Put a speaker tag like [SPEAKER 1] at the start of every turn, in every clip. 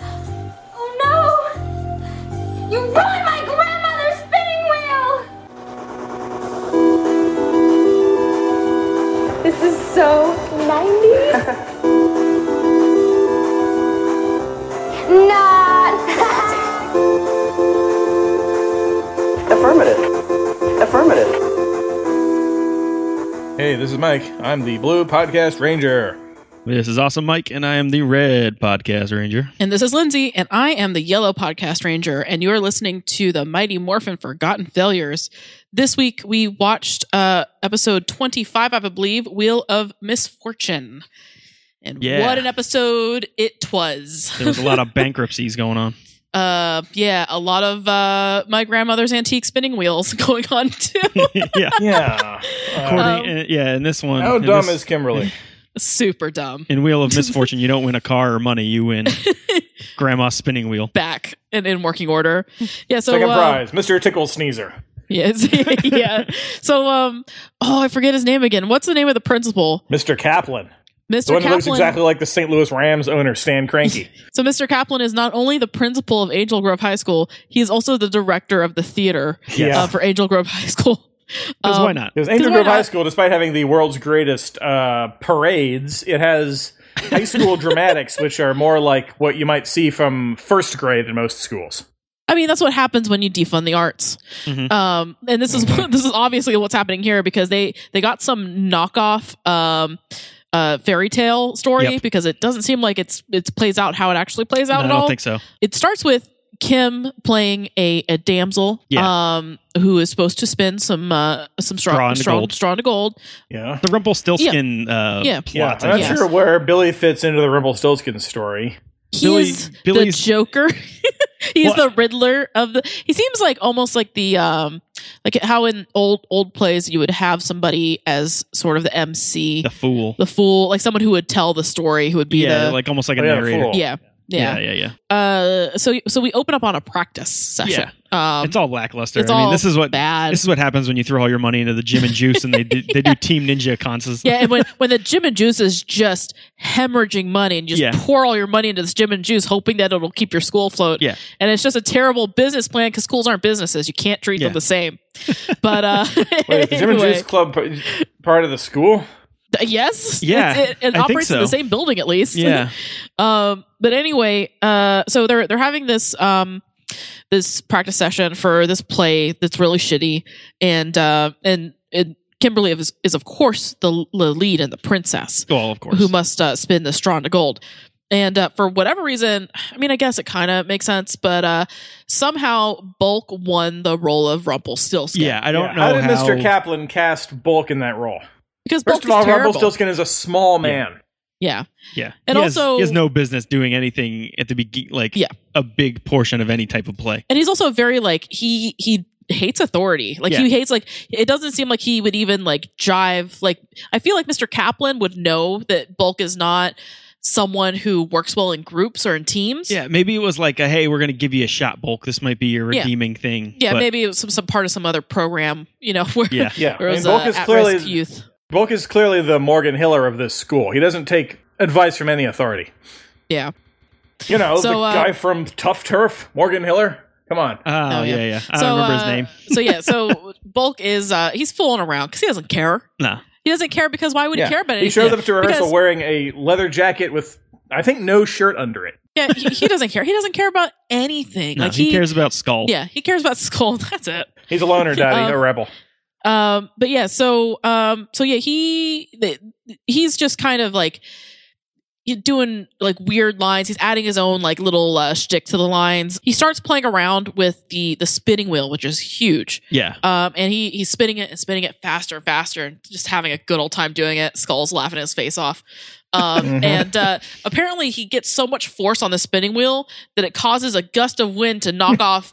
[SPEAKER 1] Oh no! You ruined my grandmother's spinning wheel!
[SPEAKER 2] This is so 90s.
[SPEAKER 1] Not.
[SPEAKER 3] Affirmative. Affirmative.
[SPEAKER 4] Hey, this is Mike. I'm the Blue Podcast Ranger.
[SPEAKER 5] This is Awesome Mike, and I am the Red Podcast Ranger.
[SPEAKER 6] And this is Lindsay, and I am the Yellow Podcast Ranger, and you are listening to the Mighty Morphin Forgotten Failures. This week we watched uh, episode 25, I believe, Wheel of Misfortune. And
[SPEAKER 5] Yeah.
[SPEAKER 6] what an episode it was.
[SPEAKER 5] There was a lot of bankruptcies going on.
[SPEAKER 6] Uh, yeah, a lot of uh, my grandmother's antique spinning wheels going on too.
[SPEAKER 5] yeah,
[SPEAKER 4] Yeah.
[SPEAKER 5] Courtney,
[SPEAKER 4] Uh,
[SPEAKER 6] Um,
[SPEAKER 5] and, yeah, and this one.
[SPEAKER 4] how
[SPEAKER 5] and
[SPEAKER 4] dumb
[SPEAKER 5] this-
[SPEAKER 4] is Kimberly?
[SPEAKER 6] Super dumb.
[SPEAKER 5] in Wheel of Misfortune? You don't win a car or money. You win Grandma's spinning wheel.
[SPEAKER 6] Back and in working order. Yeah, so
[SPEAKER 4] Second
[SPEAKER 6] uh,
[SPEAKER 4] prize, Mr. Tickle Sneezer.
[SPEAKER 6] Yes. yeah. So um oh I forget his name again. What's the name of the principal?
[SPEAKER 4] Mr. Kaplan.
[SPEAKER 6] Mr.
[SPEAKER 4] The one who
[SPEAKER 6] Kaplan.
[SPEAKER 4] looks exactly like the St. Louis Rams owner, Stan Cranky.
[SPEAKER 6] So Mr. Kaplan is not only the principal of Angel Grove High School, he's also the director of the theater
[SPEAKER 4] Yeah.
[SPEAKER 6] uh, for Angel Grove High School.
[SPEAKER 5] Because
[SPEAKER 6] Um,
[SPEAKER 5] why not?
[SPEAKER 4] Because Angel
[SPEAKER 6] why
[SPEAKER 4] Grove
[SPEAKER 6] not?
[SPEAKER 4] High School, despite having the world's greatest uh, parades, it has high school dramatics, which are more like what you might see from first grade in most schools.
[SPEAKER 6] I mean, that's what happens when you defund the arts.
[SPEAKER 5] Mhm.
[SPEAKER 6] Um, and this is
[SPEAKER 5] Mm-hmm.
[SPEAKER 6] this is obviously what's happening here because they they got some knockoff um, uh, fairy tale story
[SPEAKER 5] Yep.
[SPEAKER 6] because it doesn't seem like it's it plays out how it actually plays
[SPEAKER 5] No,
[SPEAKER 6] out
[SPEAKER 5] I
[SPEAKER 6] at
[SPEAKER 5] don't
[SPEAKER 6] all.
[SPEAKER 5] think so.
[SPEAKER 6] it starts with Kim playing a, a damsel
[SPEAKER 5] Yeah.
[SPEAKER 6] um who is supposed to spin some uh some straw
[SPEAKER 5] Straw into
[SPEAKER 6] straw,
[SPEAKER 5] gold.
[SPEAKER 6] straw into gold.
[SPEAKER 4] Yeah.
[SPEAKER 5] The Rumpelstiltskin uh,
[SPEAKER 6] Yeah.
[SPEAKER 4] Yeah,
[SPEAKER 5] plot.
[SPEAKER 4] I'm
[SPEAKER 5] I
[SPEAKER 4] not
[SPEAKER 5] guess.
[SPEAKER 4] sure where Billy fits into the Rumpelstiltskin story.
[SPEAKER 5] Billy-
[SPEAKER 6] He's
[SPEAKER 5] Billy's-
[SPEAKER 6] the Joker. He's
[SPEAKER 5] Well-
[SPEAKER 6] the Riddler of the He seems like almost like the um like how in old old plays you would have somebody as sort of the MC,
[SPEAKER 5] The
[SPEAKER 6] the,
[SPEAKER 5] fool.
[SPEAKER 6] fool, like someone who would tell the story, who would be
[SPEAKER 5] yeah,
[SPEAKER 6] the
[SPEAKER 5] like almost like a
[SPEAKER 4] Oh, yeah, the
[SPEAKER 5] narrator.
[SPEAKER 4] fool.
[SPEAKER 6] yeah, yeah.
[SPEAKER 5] yeah, yeah. yeah.
[SPEAKER 6] Uh so so we open up on a practice session. Um
[SPEAKER 5] it's all lackluster.
[SPEAKER 6] it's
[SPEAKER 5] I mean,
[SPEAKER 6] all
[SPEAKER 5] this is what
[SPEAKER 6] bad.
[SPEAKER 5] this is what happens when you throw all your money into the gym and juice, and they do, they do team ninja contests.
[SPEAKER 6] Yeah, and when, when the gym and juice is just hemorrhaging money and you just
[SPEAKER 5] Yeah.
[SPEAKER 6] pour all your money into this gym and juice, hoping that it'll keep your school afloat.
[SPEAKER 5] Yeah.
[SPEAKER 6] And it's just a terrible business plan because schools aren't businesses. You can't treat
[SPEAKER 5] Yeah.
[SPEAKER 6] them the same. But uh
[SPEAKER 4] Wait, is the Jim and
[SPEAKER 6] anyway.
[SPEAKER 4] Juice Club p- part of the school?
[SPEAKER 6] Th- yes.
[SPEAKER 5] Yeah,
[SPEAKER 6] It's- It,
[SPEAKER 5] I
[SPEAKER 6] it
[SPEAKER 5] think
[SPEAKER 6] operates in
[SPEAKER 5] so.
[SPEAKER 6] the same building at least.
[SPEAKER 5] yeah.
[SPEAKER 6] um but anyway, uh so they're they're having this um this practice session for this play that's really shitty and uh and, and Kimberly is is of course the, l- the lead and the princess.
[SPEAKER 5] Well, of course.
[SPEAKER 6] who must uh, spin the straw into gold. And uh, for whatever reason, I mean, I guess it kind of makes sense, but uh, somehow Bulk won the role of Rumpelstiltskin.
[SPEAKER 5] yeah, I don't
[SPEAKER 4] Yeah,
[SPEAKER 5] know
[SPEAKER 4] How did Mr. Kaplan cast Bulk in that role?
[SPEAKER 6] because Bulk
[SPEAKER 4] First of all,
[SPEAKER 6] is terrible.
[SPEAKER 4] Rumpelstiltskin is a small man.
[SPEAKER 6] yeah,
[SPEAKER 5] Yeah,
[SPEAKER 6] And
[SPEAKER 5] he has-
[SPEAKER 6] also-
[SPEAKER 5] he has no business doing anything at the beginning, like
[SPEAKER 6] Yeah.
[SPEAKER 5] a big portion of any type of play.
[SPEAKER 6] and he's also very like he he hates authority. Like
[SPEAKER 5] Yeah.
[SPEAKER 6] he hates like it doesn't seem like he would even like jive. Like I feel like Mr. Kaplan would know that Bulk is not someone who works well in groups or in teams.
[SPEAKER 5] Yeah, maybe it was like, a, hey, we're going to give you a shot, bulk. This might be your
[SPEAKER 6] Yeah.
[SPEAKER 5] redeeming thing.
[SPEAKER 6] yeah,
[SPEAKER 5] but-
[SPEAKER 6] maybe it was some, some part of some other program. You know, where
[SPEAKER 5] Yeah,
[SPEAKER 4] Yeah,
[SPEAKER 6] where it
[SPEAKER 4] I mean,
[SPEAKER 6] was,
[SPEAKER 4] Bulk
[SPEAKER 6] uh,
[SPEAKER 4] is
[SPEAKER 6] at-risk
[SPEAKER 4] clearly
[SPEAKER 6] youth.
[SPEAKER 4] Bulk is clearly the Morgan Hiller of this school. He doesn't take advice from any authority.
[SPEAKER 6] Yeah.
[SPEAKER 4] You know, the
[SPEAKER 6] So, uh,
[SPEAKER 4] guy from Tough Turf, Morgan Hiller. Come on.
[SPEAKER 5] Oh,
[SPEAKER 6] Oh,
[SPEAKER 5] yeah,
[SPEAKER 6] yeah.
[SPEAKER 5] yeah. uh, I don't remember his name.
[SPEAKER 6] so yeah, so Bulk is uh he's fooling around because he doesn't care.
[SPEAKER 5] Nah.
[SPEAKER 6] He doesn't care because why would
[SPEAKER 4] Yeah.
[SPEAKER 6] he care about anything?
[SPEAKER 4] He shows up to rehearsal
[SPEAKER 6] Because-
[SPEAKER 4] wearing a leather jacket with, I think, no shirt under it.
[SPEAKER 6] yeah, he, he doesn't care. He doesn't care about anything.
[SPEAKER 5] No,
[SPEAKER 6] like
[SPEAKER 5] he, cares about Skull.
[SPEAKER 6] Yeah, he cares about Skull. That's it.
[SPEAKER 4] He's a loner, daddy,
[SPEAKER 6] Um,
[SPEAKER 4] a rebel.
[SPEAKER 6] Um, but yeah, so um, so yeah, he th- he's just kind of like you- doing like weird lines. He's adding his own like little uh, shtick to the lines. He starts playing around with the the spinning wheel, which is huge.
[SPEAKER 5] Yeah.
[SPEAKER 6] Um, and he he's spinning it and spinning it faster and faster and just having a good old time doing it. Skull's laughing his face off. Um,
[SPEAKER 4] Mhm.
[SPEAKER 5] Mm-hmm.
[SPEAKER 6] and uh, apparently he gets so much force on the spinning wheel that it causes a gust of wind to knock off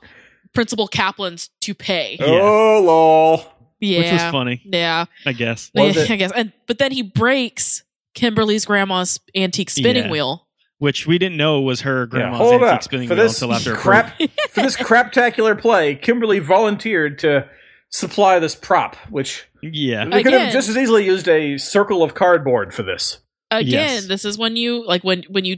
[SPEAKER 6] Principal Kaplan's toupee.
[SPEAKER 5] Yeah.
[SPEAKER 4] Oh, lol.
[SPEAKER 6] Yeah,
[SPEAKER 5] Which was funny,
[SPEAKER 6] yeah,
[SPEAKER 5] I guess.
[SPEAKER 4] Was
[SPEAKER 6] Yeah,
[SPEAKER 4] it-
[SPEAKER 6] I guess. And but then he breaks Kimberly's grandma's antique spinning
[SPEAKER 5] Yeah.
[SPEAKER 6] wheel,
[SPEAKER 5] which we didn't know was her
[SPEAKER 4] Yeah,
[SPEAKER 5] grandma's
[SPEAKER 4] hold
[SPEAKER 5] antique
[SPEAKER 4] up
[SPEAKER 5] spinning
[SPEAKER 4] for
[SPEAKER 5] wheel
[SPEAKER 4] this
[SPEAKER 5] until after her birth.
[SPEAKER 4] crap for this craptacular play. Kimberly volunteered to supply this prop, which
[SPEAKER 5] Yeah,
[SPEAKER 4] they could have
[SPEAKER 6] Again.
[SPEAKER 4] just as easily used a circle of cardboard for this.
[SPEAKER 6] again
[SPEAKER 5] Yes.
[SPEAKER 6] this is when you like when when you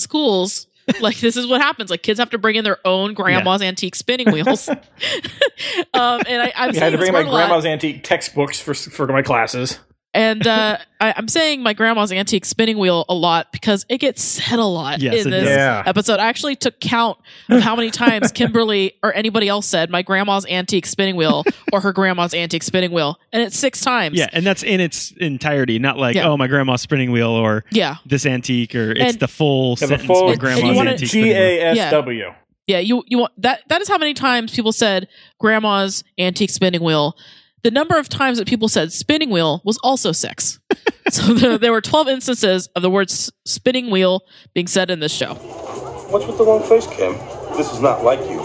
[SPEAKER 6] schools like this is what happens like kids have to bring in their own grandma's antique spinning wheels um and I,
[SPEAKER 4] Yeah, I had
[SPEAKER 6] i'm saying
[SPEAKER 4] to
[SPEAKER 6] this
[SPEAKER 4] bring my
[SPEAKER 6] word a lot.
[SPEAKER 4] grandma's antique textbooks for for my classes.
[SPEAKER 6] and uh I, i'm saying my grandma's antique spinning wheel a lot because it gets said a lot
[SPEAKER 5] Yes,
[SPEAKER 6] in
[SPEAKER 5] it
[SPEAKER 6] this
[SPEAKER 5] does.
[SPEAKER 4] Yeah.
[SPEAKER 6] episode i actually took count of how many times kimberly or anybody else said my grandma's antique spinning wheel or her grandma's antique spinning wheel and it's six times
[SPEAKER 5] yeah, and that's in its entirety, not like
[SPEAKER 6] Yeah.
[SPEAKER 5] oh my grandma's spinning wheel or
[SPEAKER 6] yeah
[SPEAKER 5] this antique or it's
[SPEAKER 6] And-
[SPEAKER 5] the full
[SPEAKER 4] Yeah, the
[SPEAKER 5] sentence
[SPEAKER 4] full
[SPEAKER 5] my grandma's
[SPEAKER 6] wanna-
[SPEAKER 5] antique
[SPEAKER 4] G
[SPEAKER 5] spinning wheel.
[SPEAKER 4] A S W.
[SPEAKER 6] Yeah, you you want that that is how many times people said grandma's antique spinning wheel. The number of times that people said spinning wheel was also six. so there, there were 12 instances of the word s- spinning wheel being said in this show.
[SPEAKER 7] What's with the long face, Kim? This is not like you.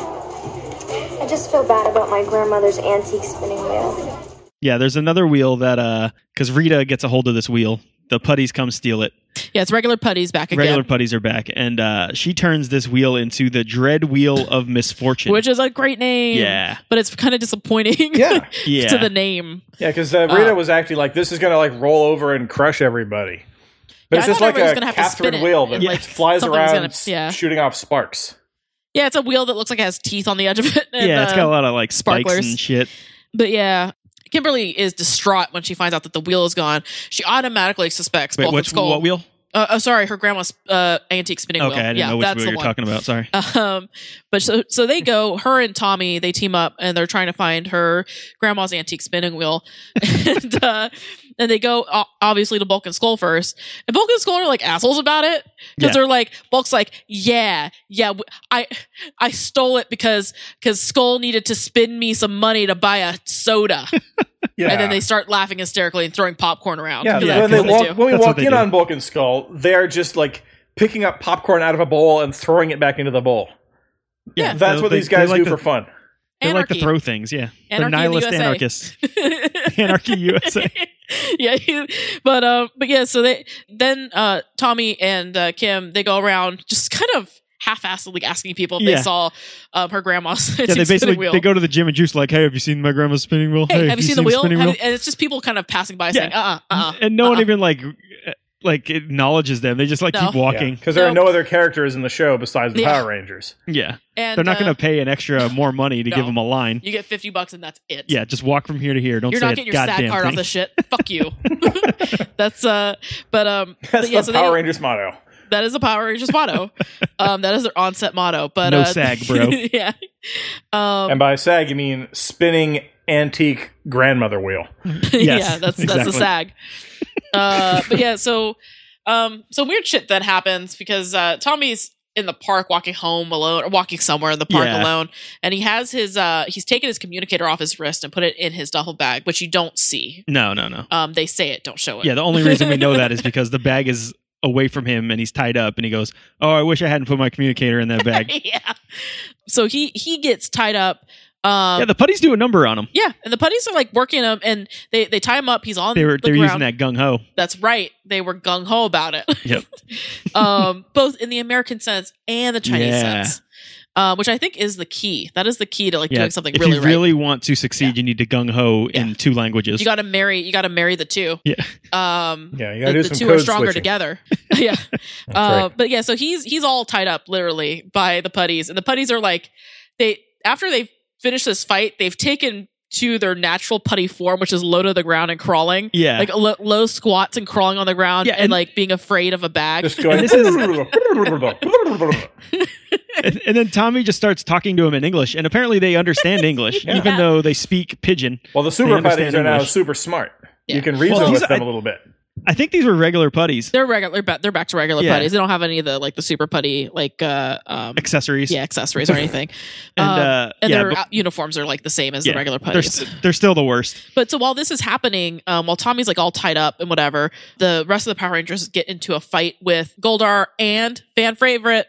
[SPEAKER 1] I just feel bad about my grandmother's antique spinning wheel.
[SPEAKER 5] Yeah, there's another wheel that uh, because Rita gets a hold of this wheel, the putties come steal it.
[SPEAKER 6] Yeah, it's regular putties back again.
[SPEAKER 5] Regular putties are back, and uh, she turns this wheel into the dread wheel of misfortune.
[SPEAKER 6] which is a great name.
[SPEAKER 5] Yeah.
[SPEAKER 6] But it's kind of disappointing
[SPEAKER 4] Yeah.
[SPEAKER 5] yeah,
[SPEAKER 6] to the name.
[SPEAKER 4] Yeah, because uh, Rita
[SPEAKER 6] Uh,
[SPEAKER 4] was acting like this is going to like roll over and crush everybody. But
[SPEAKER 6] Yeah,
[SPEAKER 4] it's
[SPEAKER 6] I
[SPEAKER 4] just
[SPEAKER 6] thought
[SPEAKER 4] like
[SPEAKER 6] everyone was
[SPEAKER 4] a
[SPEAKER 6] gonna have to
[SPEAKER 4] Catherine
[SPEAKER 6] spin it
[SPEAKER 4] wheel
[SPEAKER 6] and,
[SPEAKER 4] that
[SPEAKER 6] like,
[SPEAKER 4] flies
[SPEAKER 6] something's
[SPEAKER 4] around,
[SPEAKER 6] gonna-
[SPEAKER 4] s-
[SPEAKER 6] yeah.
[SPEAKER 4] shooting off sparks.
[SPEAKER 6] Yeah, it's a wheel that looks like it has teeth on the edge of it. and,
[SPEAKER 5] yeah, it's
[SPEAKER 6] uh,
[SPEAKER 5] got a lot of like spikes
[SPEAKER 6] sparklers.
[SPEAKER 5] and shit.
[SPEAKER 6] But yeah, Kimberly is distraught when she finds out that the wheel is gone. She automatically suspects
[SPEAKER 5] Wait,
[SPEAKER 6] Balkan
[SPEAKER 5] which
[SPEAKER 6] Skull.
[SPEAKER 5] what wheel?
[SPEAKER 6] Uh, oh, sorry, her grandma's uh, antique spinning
[SPEAKER 5] Okay,
[SPEAKER 6] wheel.
[SPEAKER 5] I didn't
[SPEAKER 6] yeah,
[SPEAKER 5] know which
[SPEAKER 6] that's
[SPEAKER 5] wheel
[SPEAKER 6] the
[SPEAKER 5] you were
[SPEAKER 6] one.
[SPEAKER 5] talking about. Sorry.
[SPEAKER 6] Um, but so so they go. Her and Tommy they team up and they're trying to find her grandma's antique spinning wheel, and uh, and they go o- obviously to Bulk and Skull first. And Bulk and Skull are like assholes about it because
[SPEAKER 5] Yeah.
[SPEAKER 6] they're like Bulk's like yeah yeah w- I I stole it because because Skull needed to spin me some money to buy a soda,
[SPEAKER 4] Yeah.
[SPEAKER 6] and then they start laughing hysterically and throwing popcorn around.
[SPEAKER 4] yeah,
[SPEAKER 6] 'Cause
[SPEAKER 5] yeah,
[SPEAKER 4] when,
[SPEAKER 6] that's
[SPEAKER 4] they
[SPEAKER 6] what they
[SPEAKER 4] walk,
[SPEAKER 6] do.
[SPEAKER 4] when we
[SPEAKER 5] That's what
[SPEAKER 4] walk
[SPEAKER 5] they
[SPEAKER 4] in
[SPEAKER 5] do.
[SPEAKER 4] on Bulk and Skull, they're just like picking up popcorn out of a bowl and throwing it back into the bowl.
[SPEAKER 6] Yeah.
[SPEAKER 4] That's
[SPEAKER 5] So
[SPEAKER 4] what
[SPEAKER 5] they-
[SPEAKER 4] these guys
[SPEAKER 5] they like
[SPEAKER 4] do
[SPEAKER 5] to-
[SPEAKER 4] for fun.
[SPEAKER 5] They like to
[SPEAKER 6] Anarchy.
[SPEAKER 5] throw things. Yeah, they're
[SPEAKER 6] Anarchy in the
[SPEAKER 5] nihilist
[SPEAKER 6] USA.
[SPEAKER 5] anarchists. Anarchy USA.
[SPEAKER 6] yeah, he- but um, but yeah. So they then uh, Tommy and uh, Kim they go around just kind of half-assedly asking people if
[SPEAKER 5] Yeah.
[SPEAKER 6] they saw um, her grandma's
[SPEAKER 5] Yeah, they
[SPEAKER 6] spinning
[SPEAKER 5] basically
[SPEAKER 6] wheel.
[SPEAKER 5] they go to the gym and juice like, hey, have you seen my grandma's spinning wheel?
[SPEAKER 6] hey, have you seen the wheel?
[SPEAKER 5] spinning
[SPEAKER 6] Have you- and it's just people kind of passing by saying, uh, uh-uh, uh,
[SPEAKER 5] and no one even like uh, like acknowledges them. They just like
[SPEAKER 6] No.
[SPEAKER 5] keep walking.
[SPEAKER 4] Because there are
[SPEAKER 6] No.
[SPEAKER 4] no other characters in the show besides the
[SPEAKER 6] Yeah.
[SPEAKER 4] Power Rangers.
[SPEAKER 5] Yeah,
[SPEAKER 6] And,
[SPEAKER 5] they're not
[SPEAKER 6] uh,
[SPEAKER 5] going to pay an extra more money to
[SPEAKER 6] No.
[SPEAKER 5] give them a line.
[SPEAKER 6] You get fifty bucks and that's it.
[SPEAKER 5] Yeah, just walk from here to here. Don't
[SPEAKER 6] You're
[SPEAKER 5] say
[SPEAKER 6] not
[SPEAKER 5] a
[SPEAKER 6] getting your sad
[SPEAKER 5] goddamn
[SPEAKER 6] card off
[SPEAKER 5] thing.
[SPEAKER 6] this shit. Fuck you. That's uh, but um,
[SPEAKER 4] That's
[SPEAKER 6] but yeah,
[SPEAKER 4] the
[SPEAKER 6] so
[SPEAKER 4] Power
[SPEAKER 6] they,
[SPEAKER 4] Rangers motto.
[SPEAKER 6] That is the Power Rangers motto. um, that is their onset motto. But
[SPEAKER 5] No
[SPEAKER 6] uh,
[SPEAKER 5] sag, bro.
[SPEAKER 6] yeah. Um,
[SPEAKER 4] and by sag, you mean spinning antique grandmother wheel.
[SPEAKER 5] Yes,
[SPEAKER 6] yeah, that's that's
[SPEAKER 5] exactly.
[SPEAKER 6] a sag. Uh, but yeah, so um, some weird shit that happens because uh, Tommy's in the park walking home alone or walking somewhere in the park
[SPEAKER 5] Yeah.
[SPEAKER 6] alone, and he has his uh, he's taken his communicator off his wrist and put it in his duffel bag, which you don't see.
[SPEAKER 5] No, no, no.
[SPEAKER 6] Um, they say it, don't show it.
[SPEAKER 5] Yeah, the only reason we know that is because the bag is away from him and he's tied up and he goes, "Oh, I wish I hadn't put my communicator in that bag."
[SPEAKER 6] yeah. So he he gets tied up. Um,
[SPEAKER 5] yeah, the putties do a number on him.
[SPEAKER 6] Yeah, and the putties are like working him, and they they tie him up. He's on.
[SPEAKER 5] They were
[SPEAKER 6] the
[SPEAKER 5] they're using
[SPEAKER 6] ground.
[SPEAKER 5] that gung ho.
[SPEAKER 6] That's right. They were gung ho about it.
[SPEAKER 5] Yep.
[SPEAKER 6] um, both in the American sense and the Chinese
[SPEAKER 5] Yeah.
[SPEAKER 6] sense, uh, which I think is the key. That is the key to like
[SPEAKER 5] Yeah,
[SPEAKER 6] doing something
[SPEAKER 5] if
[SPEAKER 6] really
[SPEAKER 5] you
[SPEAKER 6] right.
[SPEAKER 5] really want to succeed, you need to gung ho in two languages.
[SPEAKER 6] you got to marry. You got to marry the two.
[SPEAKER 5] Yeah.
[SPEAKER 6] Um,
[SPEAKER 4] Yeah, you
[SPEAKER 6] the,
[SPEAKER 4] gotta do
[SPEAKER 6] the
[SPEAKER 4] some
[SPEAKER 6] two
[SPEAKER 4] code
[SPEAKER 6] are stronger
[SPEAKER 4] switching.
[SPEAKER 6] together. yeah.
[SPEAKER 4] right.
[SPEAKER 6] Uh, but yeah, so he's he's all tied up literally by the putties, and the putties are like they after they've finished this fight, they've taken to their natural putty form, which is low to the ground and crawling.
[SPEAKER 5] Yeah.
[SPEAKER 6] like lo- low squats and crawling on the ground
[SPEAKER 5] Yeah,
[SPEAKER 6] and,
[SPEAKER 5] and-
[SPEAKER 6] like being afraid of a bag.
[SPEAKER 4] Just going.
[SPEAKER 5] this is- and, and then Tommy just starts talking to him in English, and apparently they understand English,
[SPEAKER 4] Yeah.
[SPEAKER 5] even though they speak pidgin.
[SPEAKER 4] well, the super
[SPEAKER 5] understand
[SPEAKER 4] putties are now
[SPEAKER 5] English.
[SPEAKER 4] super smart.
[SPEAKER 6] Yeah.
[SPEAKER 4] You can reason
[SPEAKER 5] Well,
[SPEAKER 4] with
[SPEAKER 5] these-
[SPEAKER 4] them
[SPEAKER 5] I-
[SPEAKER 4] a little bit.
[SPEAKER 5] I think these were regular putties,
[SPEAKER 6] they're regular, ba- they're back to regular
[SPEAKER 5] Yeah.
[SPEAKER 6] putties. They don't have any of the like the super putty like uh um
[SPEAKER 5] accessories.
[SPEAKER 6] yeah accessories or anything.
[SPEAKER 5] And,
[SPEAKER 6] Um,
[SPEAKER 5] uh,
[SPEAKER 6] and
[SPEAKER 5] yeah,
[SPEAKER 6] their
[SPEAKER 5] but-
[SPEAKER 6] uh, uniforms are like the same as
[SPEAKER 5] Yeah,
[SPEAKER 6] the regular
[SPEAKER 5] They're,
[SPEAKER 6] putties.
[SPEAKER 5] st- they're still the worst.
[SPEAKER 6] But so while this is happening, um, while Tommy's like all tied up and whatever, the rest of the Power Rangers get into a fight with Goldar and fan favorite.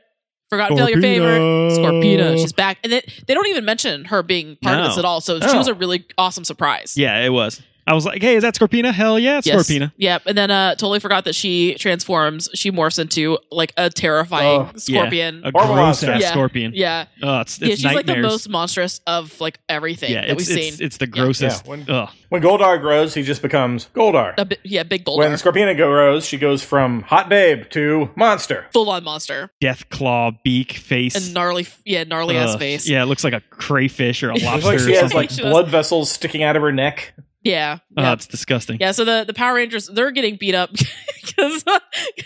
[SPEAKER 6] Forgot to tell your favorite
[SPEAKER 5] Scorpina.
[SPEAKER 6] Scorpina. She's back, and they, they don't even mention her being part of
[SPEAKER 5] No. Oh.
[SPEAKER 6] this at all. So she
[SPEAKER 4] No.
[SPEAKER 6] was a really awesome surprise.
[SPEAKER 5] Yeah, it was. I was like, hey, is that Scorpina? Hell yeah, it's
[SPEAKER 6] Yes.
[SPEAKER 5] Scorpina.
[SPEAKER 6] Yep. And then uh totally forgot that she transforms. She morphs into like a terrifying
[SPEAKER 4] Oh,
[SPEAKER 5] Yeah.
[SPEAKER 6] scorpion.
[SPEAKER 5] A
[SPEAKER 4] Or
[SPEAKER 5] gross
[SPEAKER 4] monster.
[SPEAKER 5] ass
[SPEAKER 6] Yeah.
[SPEAKER 5] scorpion.
[SPEAKER 6] Yeah.
[SPEAKER 5] Oh, it's, it's
[SPEAKER 6] yeah, she's like the
[SPEAKER 5] nightmares.
[SPEAKER 6] most monstrous of like everything
[SPEAKER 5] yeah,
[SPEAKER 6] that
[SPEAKER 5] it's,
[SPEAKER 6] we've
[SPEAKER 5] it's,
[SPEAKER 6] seen.
[SPEAKER 5] it's the grossest.
[SPEAKER 4] Yeah, when-
[SPEAKER 5] Ugh.
[SPEAKER 4] When Goldar grows, he just becomes Goldar.
[SPEAKER 6] A bi- yeah, big
[SPEAKER 4] When
[SPEAKER 6] boulder.
[SPEAKER 4] Scorpina grows, she goes from hot babe to monster.
[SPEAKER 6] Full on monster.
[SPEAKER 5] Death claw, beak, face.
[SPEAKER 6] And gnarly yeah, gnarly ass
[SPEAKER 5] Ugh.
[SPEAKER 6] face.
[SPEAKER 5] Yeah, it looks like a crayfish or a
[SPEAKER 4] Looks
[SPEAKER 5] lobster
[SPEAKER 4] like she
[SPEAKER 5] or
[SPEAKER 4] has
[SPEAKER 5] something.
[SPEAKER 4] like
[SPEAKER 6] She does.
[SPEAKER 4] blood vessels sticking out of her neck.
[SPEAKER 6] Yeah.
[SPEAKER 5] Oh,
[SPEAKER 6] Yeah.
[SPEAKER 5] it's disgusting.
[SPEAKER 6] Yeah, so the, the Power Rangers they're getting beat up because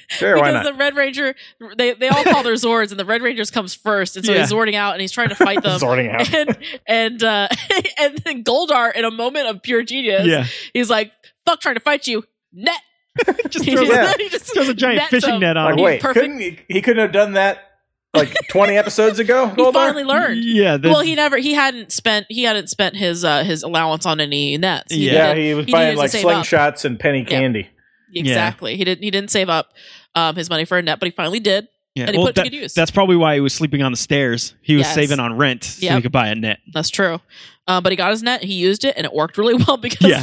[SPEAKER 4] Sure, why
[SPEAKER 6] because
[SPEAKER 4] not?
[SPEAKER 6] the Red Ranger they, they all call their Zords and the Red Rangers comes first and so he's
[SPEAKER 5] Yeah.
[SPEAKER 6] zording out and he's trying to fight them
[SPEAKER 4] Sorting out.
[SPEAKER 6] and and uh, and then Goldar in a moment of pure genius
[SPEAKER 5] Yeah.
[SPEAKER 6] he's like fuck trying to fight you net
[SPEAKER 5] Just
[SPEAKER 6] He
[SPEAKER 5] throws,
[SPEAKER 4] Yeah.
[SPEAKER 5] a,
[SPEAKER 6] he just
[SPEAKER 5] throws a giant
[SPEAKER 6] nets
[SPEAKER 5] fishing
[SPEAKER 6] him.
[SPEAKER 5] net on
[SPEAKER 4] Like,
[SPEAKER 5] him.
[SPEAKER 4] wait,
[SPEAKER 6] perfect-
[SPEAKER 4] couldn't he, he couldn't have done that like 20 episodes ago?
[SPEAKER 6] he
[SPEAKER 4] Goldar?
[SPEAKER 6] finally learned
[SPEAKER 5] Yeah. The,
[SPEAKER 6] well he never he hadn't spent he hadn't spent his uh his allowance on any nets He
[SPEAKER 4] yeah,
[SPEAKER 6] didn't-
[SPEAKER 4] he was
[SPEAKER 6] he
[SPEAKER 4] buying
[SPEAKER 6] needed to
[SPEAKER 4] like
[SPEAKER 6] save up.
[SPEAKER 4] slingshots and penny candy.
[SPEAKER 6] exactly he didn't he didn't save up um his money for a net but he finally did
[SPEAKER 5] yeah.
[SPEAKER 6] and he
[SPEAKER 5] well,
[SPEAKER 6] put it
[SPEAKER 5] that-
[SPEAKER 6] to good use
[SPEAKER 5] That's probably why he was sleeping on the stairs. He was
[SPEAKER 6] Yes.
[SPEAKER 5] saving on rent so he
[SPEAKER 6] Yep.
[SPEAKER 5] could buy a net.
[SPEAKER 6] That's true. Uh, but he got his net. He used it, and it worked really well because
[SPEAKER 5] Yeah.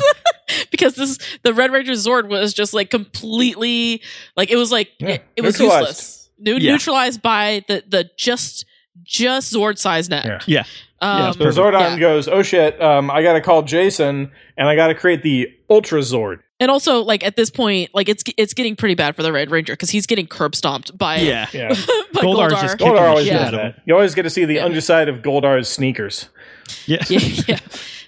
[SPEAKER 6] because this the Red Ranger Zord was just like completely like it was like
[SPEAKER 4] Yeah,
[SPEAKER 6] it, it was
[SPEAKER 4] neutralized.
[SPEAKER 6] useless, Neu-
[SPEAKER 5] Yeah.
[SPEAKER 6] neutralized by the the just just Zord size net.
[SPEAKER 4] Yeah.
[SPEAKER 5] Yeah. Yeah,
[SPEAKER 6] Um,
[SPEAKER 5] it's
[SPEAKER 4] Uh, So
[SPEAKER 5] Perfect.
[SPEAKER 4] Zordon
[SPEAKER 6] Yeah.
[SPEAKER 4] goes, oh shit, um, I gotta call Jason and I gotta create the Ultra Zord.
[SPEAKER 6] and also like at this point, like it's it's getting pretty bad for the Red Ranger because he's getting curb stomped by
[SPEAKER 5] Yeah.
[SPEAKER 4] Yeah.
[SPEAKER 6] by
[SPEAKER 5] Goldar's
[SPEAKER 6] Goldar.
[SPEAKER 5] just Kicking the
[SPEAKER 4] Goldar always
[SPEAKER 6] shit
[SPEAKER 4] does
[SPEAKER 5] out of him.
[SPEAKER 4] that. You always get to see the
[SPEAKER 6] Yeah.
[SPEAKER 4] underside of Goldar's sneakers.
[SPEAKER 5] Yeah.
[SPEAKER 6] yeah, yeah.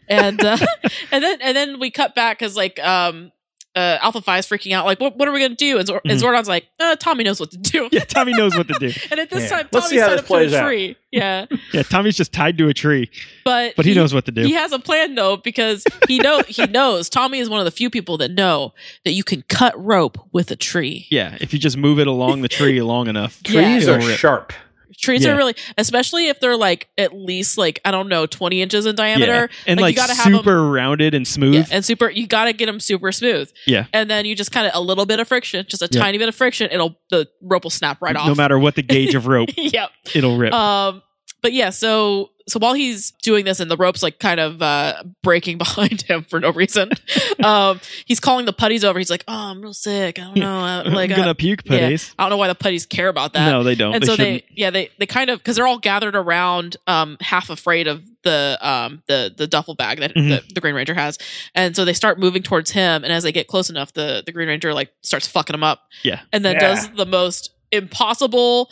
[SPEAKER 6] and uh, and then and then we cut back because like um uh Alpha Phi is freaking out like what what are we gonna do and, Zor- and
[SPEAKER 5] Mhm.
[SPEAKER 6] Zordon's like uh, Tommy knows what to do
[SPEAKER 5] Yeah, Tommy knows what to do.
[SPEAKER 6] and at this
[SPEAKER 4] Yeah.
[SPEAKER 6] time
[SPEAKER 4] Let's
[SPEAKER 6] Tommy's
[SPEAKER 4] see how
[SPEAKER 6] tied
[SPEAKER 4] this
[SPEAKER 6] up to
[SPEAKER 4] plays
[SPEAKER 6] a
[SPEAKER 4] out.
[SPEAKER 6] tree yeah
[SPEAKER 5] Yeah, Tommy's just tied to a tree,
[SPEAKER 6] but
[SPEAKER 5] but he, knows what to do.
[SPEAKER 6] he has a plan though because he know he knows Tommy is one of the few people that know that you can cut rope with a tree
[SPEAKER 5] Yeah, if you just move it along the tree long enough.
[SPEAKER 6] Yeah.
[SPEAKER 4] Trees
[SPEAKER 5] It'll
[SPEAKER 4] are
[SPEAKER 5] rip.
[SPEAKER 4] sharp.
[SPEAKER 6] trees
[SPEAKER 5] Yeah.
[SPEAKER 6] are really especially if they're like at least like I don't know twenty inches in
[SPEAKER 5] Yeah.
[SPEAKER 6] diameter
[SPEAKER 5] And
[SPEAKER 6] Like,
[SPEAKER 5] like,
[SPEAKER 6] you gotta have 'em-
[SPEAKER 5] super rounded and smooth.
[SPEAKER 6] Yeah, and super, you gotta get them super smooth.
[SPEAKER 5] Yeah.
[SPEAKER 6] and then you just kind of a little bit of friction, just a
[SPEAKER 5] Yeah.
[SPEAKER 6] tiny bit of friction, it'll the rope will snap right off.
[SPEAKER 5] No matter what the gauge of rope,
[SPEAKER 6] yep.
[SPEAKER 5] it'll rip.
[SPEAKER 6] Um, but yeah, so so while he's doing this and the rope's like kind of uh breaking behind him for no reason, um, he's calling the putties over. He's like, "Oh, I'm real sick. I don't know. I, like,
[SPEAKER 5] I'm gonna
[SPEAKER 6] uh,
[SPEAKER 5] puke
[SPEAKER 6] yeah.
[SPEAKER 5] putties.
[SPEAKER 6] I don't know why the putties care about that."
[SPEAKER 5] No, they don't.
[SPEAKER 6] and
[SPEAKER 5] they
[SPEAKER 6] so
[SPEAKER 5] shouldn't.
[SPEAKER 6] they yeah they they kind of because they're all gathered around um half afraid of the um the the duffel bag that
[SPEAKER 5] Mhm.
[SPEAKER 6] the, the green ranger has and so they start moving towards him and as they get close enough the the green ranger like starts fucking him up
[SPEAKER 5] Yeah.
[SPEAKER 6] and then
[SPEAKER 4] Yeah.
[SPEAKER 6] does the most impossible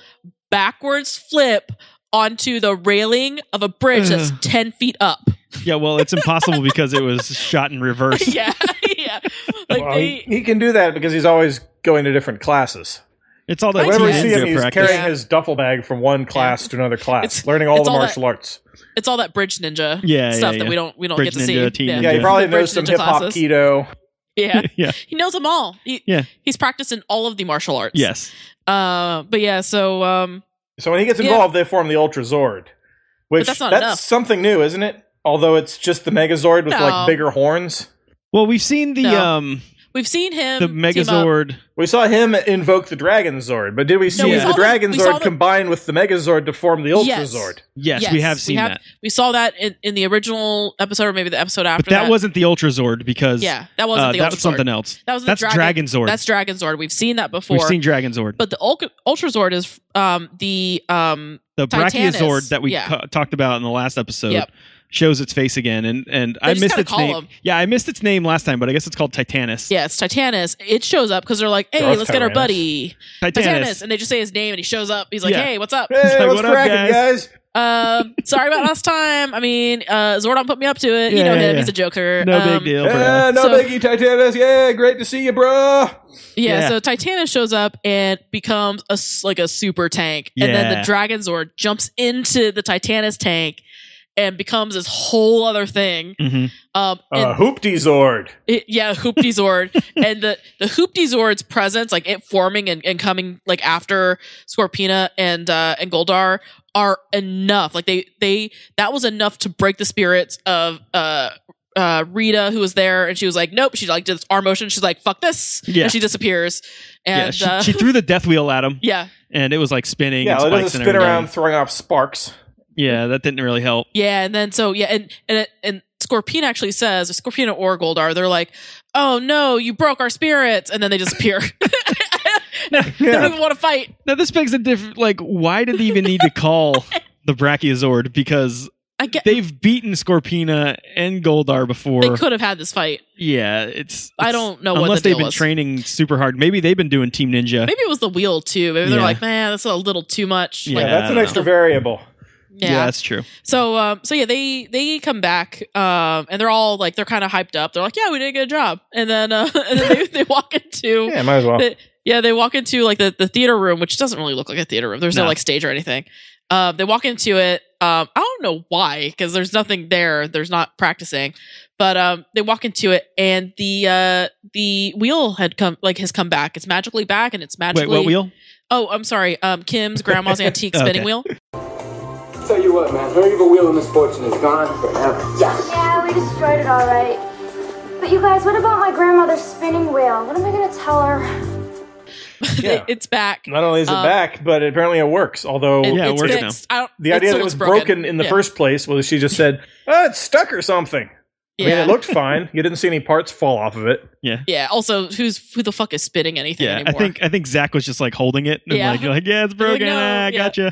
[SPEAKER 6] backwards flip onto the railing of a bridge that's
[SPEAKER 5] Ugh.
[SPEAKER 6] 10 feet up
[SPEAKER 5] Yeah, well, it's impossible because it was shot in reverse.
[SPEAKER 6] yeah yeah like
[SPEAKER 4] Well, he,
[SPEAKER 6] they
[SPEAKER 4] he can do that because he's always going to different classes.
[SPEAKER 5] It's all that
[SPEAKER 6] Like,
[SPEAKER 4] Whenever we
[SPEAKER 6] yeah.
[SPEAKER 4] see him, he's
[SPEAKER 5] practice.
[SPEAKER 4] carrying
[SPEAKER 6] Yeah.
[SPEAKER 4] his duffel bag from one class to another class,
[SPEAKER 6] It's-
[SPEAKER 4] learning all
[SPEAKER 6] it's
[SPEAKER 4] the
[SPEAKER 6] all
[SPEAKER 4] martial arts.
[SPEAKER 6] it's all that bridge ninja
[SPEAKER 5] Yeah,
[SPEAKER 6] stuff
[SPEAKER 5] yeah,
[SPEAKER 6] that
[SPEAKER 5] yeah.
[SPEAKER 6] we don't we don't
[SPEAKER 5] Bridge
[SPEAKER 6] get to
[SPEAKER 5] ninja,
[SPEAKER 6] see
[SPEAKER 5] teen
[SPEAKER 4] Yeah, he
[SPEAKER 5] ninja.
[SPEAKER 4] probably
[SPEAKER 6] The bridge
[SPEAKER 4] knows some
[SPEAKER 6] ninja
[SPEAKER 4] hip hop
[SPEAKER 6] classes.
[SPEAKER 4] keto.
[SPEAKER 6] yeah
[SPEAKER 5] yeah.
[SPEAKER 6] he knows them all. He,
[SPEAKER 5] Yeah.
[SPEAKER 6] he's practiced in all of the martial arts.
[SPEAKER 5] Yes.
[SPEAKER 6] Uh, but yeah, so um,
[SPEAKER 4] So when he gets
[SPEAKER 6] Yeah.
[SPEAKER 4] involved, they form the Ultra Zord, which
[SPEAKER 6] that's
[SPEAKER 4] that's,
[SPEAKER 6] not enough.
[SPEAKER 4] something new, isn't it? Although it's just the Megazord with
[SPEAKER 6] No.
[SPEAKER 4] like bigger horns.
[SPEAKER 5] Well, we've seen the
[SPEAKER 6] No.
[SPEAKER 5] um
[SPEAKER 6] we've seen him
[SPEAKER 5] the
[SPEAKER 6] team up-
[SPEAKER 5] Megazord.
[SPEAKER 4] We saw him invoke the Dragon Zord, but did we see
[SPEAKER 5] we
[SPEAKER 4] the
[SPEAKER 5] saw
[SPEAKER 6] the-
[SPEAKER 4] Dragon
[SPEAKER 6] we saw
[SPEAKER 4] Zord
[SPEAKER 6] the-
[SPEAKER 4] combine with the Megazord to form the Ultra
[SPEAKER 6] Yes.
[SPEAKER 4] Zord?
[SPEAKER 5] Yes, we have seen that.
[SPEAKER 6] We saw that in, in the original episode, or maybe the episode after.
[SPEAKER 5] But that, wasn't the Ultra Zord because
[SPEAKER 6] yeah, that wasn't
[SPEAKER 5] uh,
[SPEAKER 6] the
[SPEAKER 5] that
[SPEAKER 6] Ultra
[SPEAKER 5] was something
[SPEAKER 6] Zord.
[SPEAKER 5] else.
[SPEAKER 6] That was the
[SPEAKER 5] That's
[SPEAKER 6] Dragon,
[SPEAKER 5] Dragon Zord.
[SPEAKER 6] That's Dragon Zord. We've seen that before.
[SPEAKER 5] We've seen Dragon Zord.
[SPEAKER 6] but the Ultra, Ultra Zord is um, the um,
[SPEAKER 5] the
[SPEAKER 6] Titanus,
[SPEAKER 5] Brachiozord that we
[SPEAKER 6] yeah.
[SPEAKER 5] ca- talked about in the last episode
[SPEAKER 6] Yep.
[SPEAKER 5] shows its face again, and and I
[SPEAKER 6] just
[SPEAKER 5] missed
[SPEAKER 6] gotta
[SPEAKER 5] its
[SPEAKER 6] call
[SPEAKER 5] name.
[SPEAKER 6] him.
[SPEAKER 5] Yeah, I missed its name last time, but I guess it's called Titanus.
[SPEAKER 6] yeah, it's Titanus. It shows up because they're like, hey,
[SPEAKER 4] Darth
[SPEAKER 6] let's get our
[SPEAKER 4] Tyranus.
[SPEAKER 6] buddy
[SPEAKER 5] Titanus.
[SPEAKER 6] Titanus, and they just say his name, and he shows up. He's like,
[SPEAKER 5] Yeah.
[SPEAKER 6] hey, what's up?
[SPEAKER 4] Hey,
[SPEAKER 5] like,
[SPEAKER 4] what's
[SPEAKER 5] "What up,
[SPEAKER 4] cracking,
[SPEAKER 5] guys?"
[SPEAKER 4] guys?
[SPEAKER 6] um, sorry about last time. I mean, uh, Zordon put me up to it. you
[SPEAKER 5] Yeah,
[SPEAKER 6] know
[SPEAKER 5] yeah,
[SPEAKER 6] him.
[SPEAKER 5] yeah.
[SPEAKER 6] He's a joker.
[SPEAKER 5] No
[SPEAKER 6] Um,
[SPEAKER 5] big deal, bro.
[SPEAKER 4] Yeah, no
[SPEAKER 6] So- Uh,
[SPEAKER 4] biggie, Titanus. Yeah, great to see you, bruh.
[SPEAKER 6] Yeah,
[SPEAKER 5] Yeah.
[SPEAKER 6] So Titanus shows up and becomes a s- like a super tank, and then the
[SPEAKER 5] Yeah.
[SPEAKER 6] Dragon Zord jumps into the Titanus tank and becomes this whole other thing.
[SPEAKER 5] Mhm.
[SPEAKER 6] Um, and
[SPEAKER 4] Uh, Hoopty Zord.
[SPEAKER 6] it- yeah, Hoopty Zord, and the the Hoopty Zord's presence, like it forming and, and coming like after Scorpina and uh, and Goldar, are enough. Like they they that was enough to break the spirits of uh uh Rita who was there, and she was like, nope. She like did this arm motion. She's like, fuck this,
[SPEAKER 5] Yeah.
[SPEAKER 6] and she disappears. And
[SPEAKER 5] yeah, she,
[SPEAKER 6] uh,
[SPEAKER 5] she threw the death wheel at him,
[SPEAKER 6] yeah,
[SPEAKER 5] and it was like spinning.
[SPEAKER 4] Yeah,
[SPEAKER 5] and
[SPEAKER 4] it
[SPEAKER 5] spikes
[SPEAKER 4] doesn't
[SPEAKER 5] and
[SPEAKER 4] spin
[SPEAKER 5] everything.
[SPEAKER 4] around, throwing off sparks.
[SPEAKER 5] Yeah, that didn't really help.
[SPEAKER 6] yeah, and then so yeah, and and it, and Scorpion actually says, Scorpion or Goldar, they're like, oh no, you broke our spirits. And then they disappear. they don't even want to fight.
[SPEAKER 5] Now this begs a different. Like, why did they even need to call the Brachiozord? Because
[SPEAKER 6] I get, they,
[SPEAKER 5] they've beaten Scorpina and Goldar before.
[SPEAKER 6] could have had this fight.
[SPEAKER 5] Yeah, it's.
[SPEAKER 6] I
[SPEAKER 5] it's-
[SPEAKER 6] don't know what
[SPEAKER 5] Unless
[SPEAKER 6] the
[SPEAKER 5] they've
[SPEAKER 6] deal
[SPEAKER 5] been
[SPEAKER 6] is.
[SPEAKER 5] training super hard, maybe they've been doing Team Ninja.
[SPEAKER 6] Maybe it was the wheel too. Maybe they're
[SPEAKER 5] Yeah.
[SPEAKER 6] like, man, that's a little too much.
[SPEAKER 5] Yeah,
[SPEAKER 6] like,
[SPEAKER 5] I
[SPEAKER 4] that's
[SPEAKER 5] don't
[SPEAKER 4] an
[SPEAKER 5] know.
[SPEAKER 4] extra variable.
[SPEAKER 5] yeah.
[SPEAKER 6] yeah.
[SPEAKER 5] that's true.
[SPEAKER 6] So um so yeah, they they come back um and they're all like they're kind of hyped up. They're like, "Yeah, we did a good job." And then uh and then they, they walk into
[SPEAKER 4] Yeah, might as well.
[SPEAKER 6] they, yeah, they walk into like the, the theater room, which doesn't really look like a theater room. There's no,
[SPEAKER 5] No.
[SPEAKER 6] like stage or anything. Um they walk into it. Um I don't know why cuz there's nothing there. There's not practicing. But um they walk into it and the uh the wheel had come like has come back. It's magically back and it's magically
[SPEAKER 5] Wait, what wheel?
[SPEAKER 6] Oh, I'm sorry. Um Kim's grandma's antique
[SPEAKER 5] Okay.
[SPEAKER 6] spinning wheel.
[SPEAKER 8] Tell you what, man, her evil wheel of misfortune is gone forever.
[SPEAKER 1] Yeah, we destroyed it all right. But you guys, what about my grandmother's spinning wheel? What am I gonna tell her?
[SPEAKER 4] Yeah.
[SPEAKER 6] it's back.
[SPEAKER 4] Not only is it
[SPEAKER 6] Um,
[SPEAKER 4] back, but apparently it works. Although
[SPEAKER 6] It-
[SPEAKER 5] Yeah, it
[SPEAKER 6] it's
[SPEAKER 5] works now.
[SPEAKER 6] fixed. I don't,
[SPEAKER 4] the idea that it
[SPEAKER 6] still
[SPEAKER 4] was
[SPEAKER 6] looks
[SPEAKER 4] broken, in the
[SPEAKER 6] Yeah.
[SPEAKER 4] first place was she just said, "Oh, it's stuck or something." I mean,
[SPEAKER 6] Yeah.
[SPEAKER 4] it looked fine. You didn't see any parts fall off of it.
[SPEAKER 6] yeah. Also, who's who the fuck is spitting anything
[SPEAKER 5] Yeah, I
[SPEAKER 6] anymore?
[SPEAKER 5] think I think Zach was just like holding it and
[SPEAKER 6] Yeah.
[SPEAKER 5] like like yeah, it's broken.
[SPEAKER 6] no,
[SPEAKER 5] ah,
[SPEAKER 6] yeah.
[SPEAKER 5] gotcha.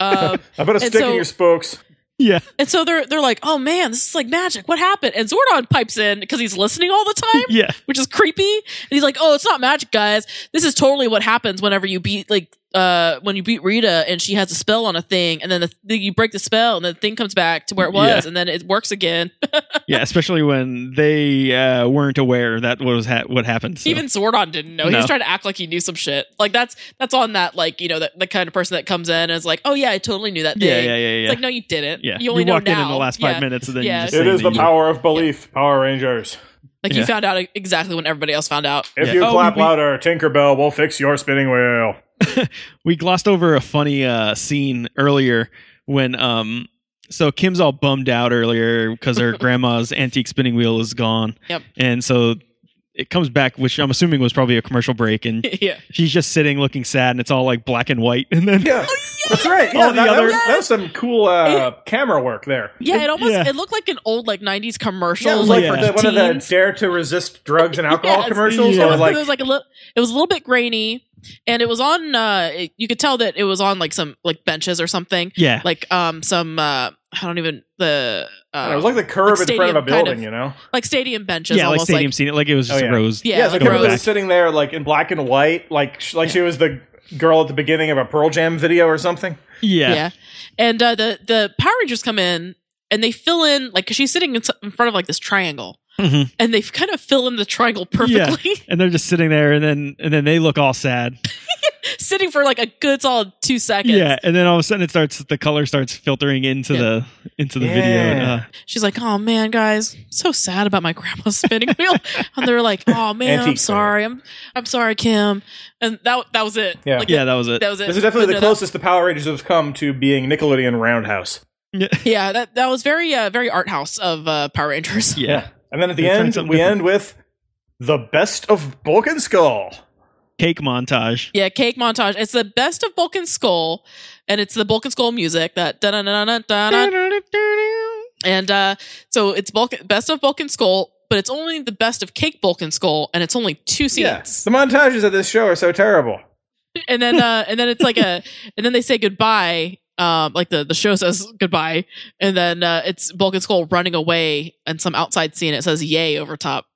[SPEAKER 6] um,
[SPEAKER 4] I put a
[SPEAKER 6] And
[SPEAKER 4] stick
[SPEAKER 6] so-
[SPEAKER 4] in your spokes.
[SPEAKER 5] Yeah,
[SPEAKER 6] and so they're they're like, oh man, this is like magic. What happened? And Zordon pipes in because he's listening all the time,
[SPEAKER 5] yeah.
[SPEAKER 6] which is creepy. And he's like, oh, it's not magic, guys. This is totally what happens whenever you beat like uh when you beat Rita and she has a spell on a thing, and then the, the you break the spell and the thing comes back to where it was,
[SPEAKER 5] Yeah.
[SPEAKER 6] and then it works again.
[SPEAKER 5] yeah, especially when they uh, weren't aware that was ha- what happened. so.
[SPEAKER 6] Even Zordon didn't know. He
[SPEAKER 5] No.
[SPEAKER 6] was trying to act like he knew some shit. Like that's that's on that like you know that the kind of person that comes in and is like, oh yeah, I totally knew that thing.
[SPEAKER 5] yeah, yeah, yeah, yeah.
[SPEAKER 6] It's like no, you didn't.
[SPEAKER 5] yeah,
[SPEAKER 6] you only know
[SPEAKER 5] walked
[SPEAKER 6] now.
[SPEAKER 5] in in the last five
[SPEAKER 6] Yeah.
[SPEAKER 5] minutes, and then
[SPEAKER 6] Yeah.
[SPEAKER 5] you just
[SPEAKER 4] It
[SPEAKER 5] say
[SPEAKER 4] is the
[SPEAKER 5] that you-
[SPEAKER 4] power of belief, Power Rangers.
[SPEAKER 6] Like
[SPEAKER 5] Yeah.
[SPEAKER 6] you found out exactly when everybody else found out.
[SPEAKER 4] If
[SPEAKER 5] Yeah.
[SPEAKER 4] you
[SPEAKER 5] Oh,
[SPEAKER 4] clap
[SPEAKER 5] we-
[SPEAKER 4] louder, Tinkerbell will fix your spinning wheel.
[SPEAKER 5] we glossed over a funny uh, scene earlier when um so Kim's all bummed out earlier because her grandma's antique spinning wheel is gone.
[SPEAKER 6] Yep.
[SPEAKER 5] And so it comes back, which I'm assuming was probably a commercial break, and
[SPEAKER 6] yeah.
[SPEAKER 5] she's just sitting looking sad, and it's all like black and white, and then
[SPEAKER 4] Oh, Yeah, that's right. Yeah,
[SPEAKER 5] All the
[SPEAKER 4] that, that
[SPEAKER 5] other-
[SPEAKER 4] was, that was some cool uh, camera work there.
[SPEAKER 6] Yeah, it almost
[SPEAKER 5] yeah.
[SPEAKER 6] it looked like an old like nineties commercial
[SPEAKER 4] Yeah, it was
[SPEAKER 6] like,
[SPEAKER 4] like
[SPEAKER 5] Yeah.
[SPEAKER 6] for
[SPEAKER 4] the- one of the
[SPEAKER 6] teens.
[SPEAKER 4] dare to resist drugs and alcohol
[SPEAKER 6] Yes.
[SPEAKER 4] commercials.
[SPEAKER 5] Yeah.
[SPEAKER 6] It
[SPEAKER 4] Or
[SPEAKER 6] was,
[SPEAKER 4] like,
[SPEAKER 6] it was like a little it was a little bit grainy and it was on uh it- you could tell that it was on like some like benches or something.
[SPEAKER 5] yeah,
[SPEAKER 6] Like um some uh I don't even the uh,
[SPEAKER 4] it was like the curb
[SPEAKER 6] like
[SPEAKER 4] in front of a
[SPEAKER 6] stadium kind
[SPEAKER 4] building,
[SPEAKER 6] of-
[SPEAKER 4] you know?
[SPEAKER 6] like stadium benches
[SPEAKER 5] yeah, like
[SPEAKER 6] almost
[SPEAKER 5] stadium scene, like it was just
[SPEAKER 4] Oh,
[SPEAKER 5] a
[SPEAKER 4] yeah.
[SPEAKER 5] rose.
[SPEAKER 6] yeah,
[SPEAKER 4] Yeah, so
[SPEAKER 5] going
[SPEAKER 6] like
[SPEAKER 4] Kimberly
[SPEAKER 5] back.
[SPEAKER 6] rose.
[SPEAKER 4] was sitting there like in black and white, like sh- like she was the girl at the beginning of a Pearl Jam video or something.
[SPEAKER 5] yeah,
[SPEAKER 6] Yeah. And uh, the the Power Rangers come in and they fill in like 'cause she's sitting in, s- in front of like this triangle
[SPEAKER 4] Mm-hmm.
[SPEAKER 5] Mhm.
[SPEAKER 6] and they kind of fill in the triangle perfectly,
[SPEAKER 5] And they're just sitting there, and then and then they look all sad.
[SPEAKER 6] sitting for like a good solid two seconds.
[SPEAKER 5] Yeah, and then all of a sudden it starts. The color starts filtering into
[SPEAKER 6] Yeah.
[SPEAKER 5] the into the video. And,
[SPEAKER 4] Yeah.
[SPEAKER 5] uh,
[SPEAKER 6] She's like, "Oh man, guys, so sad about my grandma's spinning wheel." and they're like, "Oh man,
[SPEAKER 4] Antique
[SPEAKER 6] I'm
[SPEAKER 4] spinning.
[SPEAKER 6] sorry. I'm I'm sorry, Kim." And that that was it.
[SPEAKER 4] Yeah.
[SPEAKER 6] Like,
[SPEAKER 5] yeah, that was it.
[SPEAKER 6] That was it.
[SPEAKER 4] This is definitely the
[SPEAKER 6] No, that-
[SPEAKER 4] closest the Power Rangers have come to being Nickelodeon Roundhouse.
[SPEAKER 6] yeah, that that was very uh, very art house of uh, Power Rangers.
[SPEAKER 5] yeah.
[SPEAKER 4] And then at the
[SPEAKER 5] They're trying
[SPEAKER 4] end,
[SPEAKER 5] something
[SPEAKER 4] we
[SPEAKER 5] different.
[SPEAKER 4] end with the best of Bulk and Skull.
[SPEAKER 5] cake montage.
[SPEAKER 6] Yeah, cake montage. It's the best of Bulk and Skull, and it's the Bulk and Skull music that da da da da da. And uh, so it's Bulk, best of Bulk and Skull, but it's only the best of Cake Bulk and Skull, and it's only two scenes.
[SPEAKER 4] Yes, The montages of this show are so terrible.
[SPEAKER 6] And then uh, and then it's like a and then they say goodbye. Um, like the the show says goodbye, and then uh, it's Bulk and Skull running away, and some outside scene it says "yay" over top.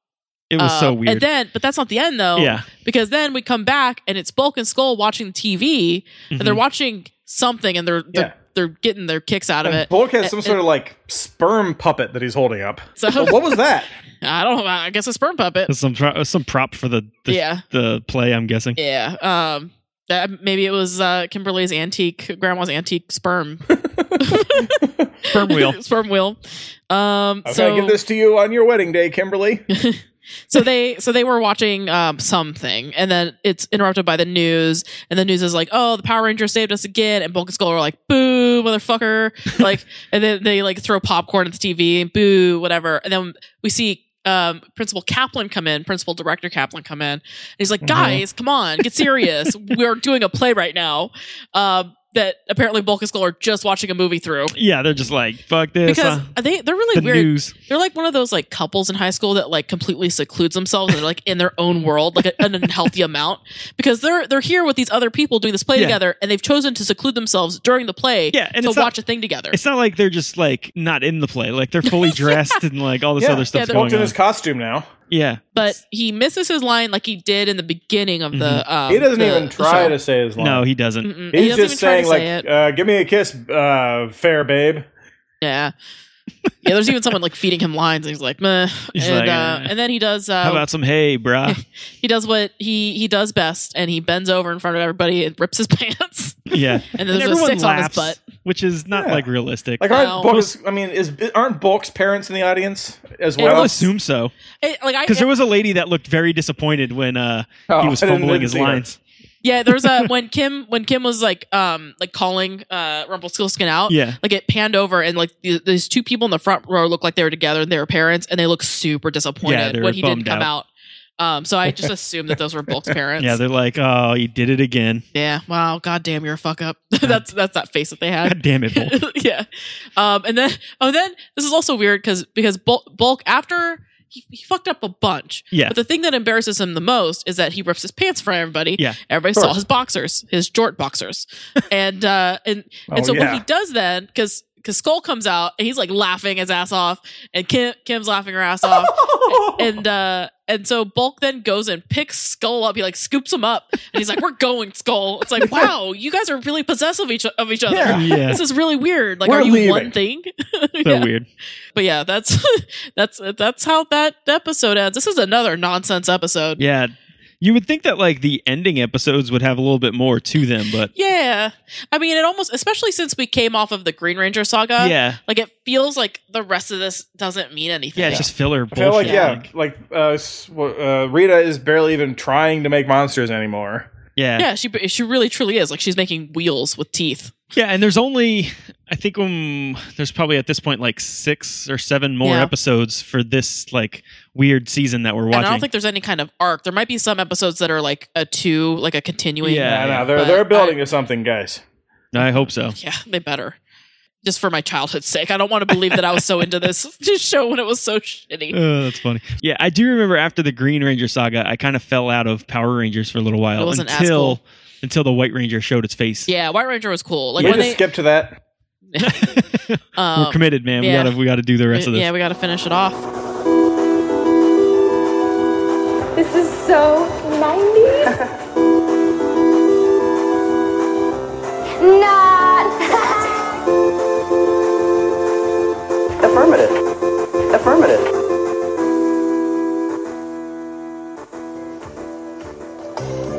[SPEAKER 5] It was so
[SPEAKER 6] Um,
[SPEAKER 5] weird.
[SPEAKER 6] And then, but that's not the end though.
[SPEAKER 5] yeah,
[SPEAKER 6] because then we come back and it's Bulk and Skull watching TV and they're
[SPEAKER 5] Mhm.
[SPEAKER 6] watching something and they're they're,
[SPEAKER 4] Yeah.
[SPEAKER 6] they're getting their kicks out of
[SPEAKER 4] And
[SPEAKER 6] it.
[SPEAKER 4] Bulk has some
[SPEAKER 6] It-
[SPEAKER 4] sort of like sperm puppet that he's holding up.
[SPEAKER 6] So
[SPEAKER 4] But what was that?
[SPEAKER 6] I don't know. I guess a sperm puppet.
[SPEAKER 5] some tro- some prop for the the,
[SPEAKER 6] Yeah,
[SPEAKER 5] the play. I'm guessing.
[SPEAKER 6] yeah. Um, that, maybe it was uh, Kimberly's antique grandma's antique sperm
[SPEAKER 5] Firm wheel.
[SPEAKER 6] sperm wheel. Um,
[SPEAKER 4] I'm
[SPEAKER 6] so
[SPEAKER 4] gonna give this to you on your wedding day, Kimberly.
[SPEAKER 6] so they so they were watching um, something and then it's interrupted by the news and the news is like oh the power rangers saved us again and bulk and skull are like boo motherfucker like and then they like throw popcorn at the tv and boo whatever and then we see um, principal kaplan come in principal director kaplan come in and he's like guys come on get serious we're doing a play right now um, that apparently Bulk and Skull are just watching a movie through.
[SPEAKER 5] Yeah, they're just like fuck this.
[SPEAKER 6] Because
[SPEAKER 5] huh?
[SPEAKER 6] they they're really
[SPEAKER 5] the
[SPEAKER 6] weird.
[SPEAKER 5] news.
[SPEAKER 6] They're like one of those like couples in high school that like completely secludes themselves and they're like in their own world, like an unhealthy amount. Because they're they're here with these other people doing this play
[SPEAKER 5] Yeah.
[SPEAKER 6] together, and they've chosen to seclude themselves during the play
[SPEAKER 5] Yeah, and
[SPEAKER 6] to
[SPEAKER 5] it's not-
[SPEAKER 6] watch a thing together.
[SPEAKER 5] It's not like they're just like not in the play. Like they're fully dressed and like all this
[SPEAKER 4] Yeah.
[SPEAKER 5] other stuff's
[SPEAKER 6] they're-
[SPEAKER 5] going
[SPEAKER 4] Bulk's in
[SPEAKER 5] on.
[SPEAKER 4] his costume now.
[SPEAKER 5] yeah,
[SPEAKER 6] But he misses his line like he did in the beginning of the.
[SPEAKER 5] Mm-hmm.
[SPEAKER 6] Um,
[SPEAKER 4] He doesn't
[SPEAKER 6] the-
[SPEAKER 4] even
[SPEAKER 6] the
[SPEAKER 4] try
[SPEAKER 6] show.
[SPEAKER 4] to say his line.
[SPEAKER 5] no, he doesn't.
[SPEAKER 6] Mm-mm.
[SPEAKER 4] He's
[SPEAKER 6] he doesn't
[SPEAKER 4] just
[SPEAKER 6] even try
[SPEAKER 4] saying
[SPEAKER 6] to
[SPEAKER 4] like,
[SPEAKER 6] say it.
[SPEAKER 4] uh, "Give me a kiss, uh, fair babe."
[SPEAKER 6] yeah. Yeah, there's even someone like feeding him lines, and he's like, "Meh,"
[SPEAKER 5] He's
[SPEAKER 6] and
[SPEAKER 5] like,
[SPEAKER 6] uh,
[SPEAKER 5] eh.
[SPEAKER 6] and then he does. Uh,
[SPEAKER 5] How about some hey, bruh?
[SPEAKER 6] he does what he he does best, and he bends over in front of everybody and rips his pants,
[SPEAKER 5] yeah,
[SPEAKER 6] and then there's a six on his butt.
[SPEAKER 5] which is not
[SPEAKER 4] Yeah.
[SPEAKER 5] like realistic.
[SPEAKER 4] Like,
[SPEAKER 6] Wow.
[SPEAKER 4] aren't Bulk's, I mean, is aren't Bulk's parents in the audience as
[SPEAKER 5] I
[SPEAKER 4] well?
[SPEAKER 5] would assume so
[SPEAKER 6] It- like I,
[SPEAKER 5] because there was a lady that looked very disappointed when uh, he
[SPEAKER 4] Oh,
[SPEAKER 5] was
[SPEAKER 4] I didn't-
[SPEAKER 5] fumbling
[SPEAKER 4] didn't
[SPEAKER 5] his
[SPEAKER 4] see her.
[SPEAKER 5] lines.
[SPEAKER 6] yeah, there's a when Kim when Kim was like um like calling uh Rumpelstiltskin out,
[SPEAKER 5] Yeah.
[SPEAKER 6] like it panned over and like th- these two people in the front row look like they were together and they were parents, and they look super
[SPEAKER 5] Yeah,
[SPEAKER 6] disappointed
[SPEAKER 5] they were
[SPEAKER 6] when he didn't
[SPEAKER 5] bummed
[SPEAKER 6] come out. Um, so I just assumed that those were Bulk's parents.
[SPEAKER 5] Yeah, they're like, oh, he did it again.
[SPEAKER 6] yeah. Wow. God damn, you're a fuck up. that's that's that face that they had.
[SPEAKER 5] God damn it, Bull.
[SPEAKER 6] yeah. Um, and then oh, then this is also weird because because Bul- Bulk after he, he fucked up a bunch.
[SPEAKER 5] Yeah.
[SPEAKER 6] But the thing that embarrasses him the most is that he rips his pants for everybody.
[SPEAKER 5] Yeah.
[SPEAKER 6] Everybody saw his boxers, his jort boxers, and uh, and and
[SPEAKER 4] Oh,
[SPEAKER 6] so what
[SPEAKER 4] yeah.
[SPEAKER 6] he does then because. Because Skull comes out and he's like laughing his ass off, and Kim Kim's laughing her ass off, and uh and so Bulk then goes and picks Skull up. He like scoops him up, and he's like, "We're going, Skull." It's like, wow, you guys are really possessive of each of each other.
[SPEAKER 4] Yeah.
[SPEAKER 5] yeah,
[SPEAKER 6] This
[SPEAKER 5] so
[SPEAKER 6] is really weird. Like,
[SPEAKER 4] We're
[SPEAKER 6] are you
[SPEAKER 4] leaving.
[SPEAKER 6] one thing? yeah.
[SPEAKER 5] weird.
[SPEAKER 6] But yeah, that's that's that's how that episode ends. This is another nonsense episode.
[SPEAKER 5] Yeah, you would think that like the ending episodes would have a little bit more to them, but
[SPEAKER 6] Yeah. I mean, it almost, especially since we came off of the Green Ranger saga.
[SPEAKER 5] yeah,
[SPEAKER 6] Like it feels like the rest of this doesn't mean anything.
[SPEAKER 5] yeah, it's just filler
[SPEAKER 4] I feel
[SPEAKER 5] bullshit.
[SPEAKER 4] like yeah, like uh, s- uh, Rita is barely even trying to make monsters anymore.
[SPEAKER 5] yeah,
[SPEAKER 6] yeah. She she really truly is like she's making wheels with teeth.
[SPEAKER 5] Yeah, and there's only I think um there's probably at this point like six or seven more
[SPEAKER 6] Yeah.
[SPEAKER 5] episodes for this like weird season that we're
[SPEAKER 6] And I
[SPEAKER 5] watching.
[SPEAKER 6] don't think there's any kind of arc. There might be some episodes that are like a two, like a continuing.
[SPEAKER 5] Yeah,
[SPEAKER 4] Yeah,
[SPEAKER 5] yeah,
[SPEAKER 4] no, they're
[SPEAKER 6] but
[SPEAKER 4] they're building to something, guys.
[SPEAKER 5] I hope so.
[SPEAKER 6] Yeah, they better. Just for my childhood's sake. I don't want to believe that I was so into this show when it was so shitty.
[SPEAKER 5] Oh, that's funny. Yeah, I do remember after the Green Ranger saga, I kind of fell out of Power Rangers for a little while
[SPEAKER 6] It wasn't as
[SPEAKER 5] until
[SPEAKER 6] cool.
[SPEAKER 5] until the White Ranger showed its face.
[SPEAKER 6] Yeah, White Ranger was cool. Like
[SPEAKER 4] we
[SPEAKER 6] when
[SPEAKER 4] just
[SPEAKER 6] they,
[SPEAKER 4] skip to that.
[SPEAKER 6] um,
[SPEAKER 5] We're committed, man.
[SPEAKER 6] yeah.
[SPEAKER 5] We gotta we gotta do the rest of this.
[SPEAKER 6] Yeah, we got to finish it off.
[SPEAKER 2] This is so 90s.
[SPEAKER 1] Not.
[SPEAKER 3] Affirmative. Affirmative.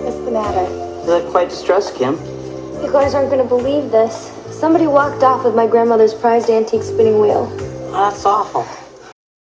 [SPEAKER 1] What's the matter?
[SPEAKER 3] Is that quite distressed, Kim?
[SPEAKER 1] You guys aren't gonna believe this. Somebody walked off with my grandmother's prized antique spinning wheel.
[SPEAKER 3] Oh, that's awful.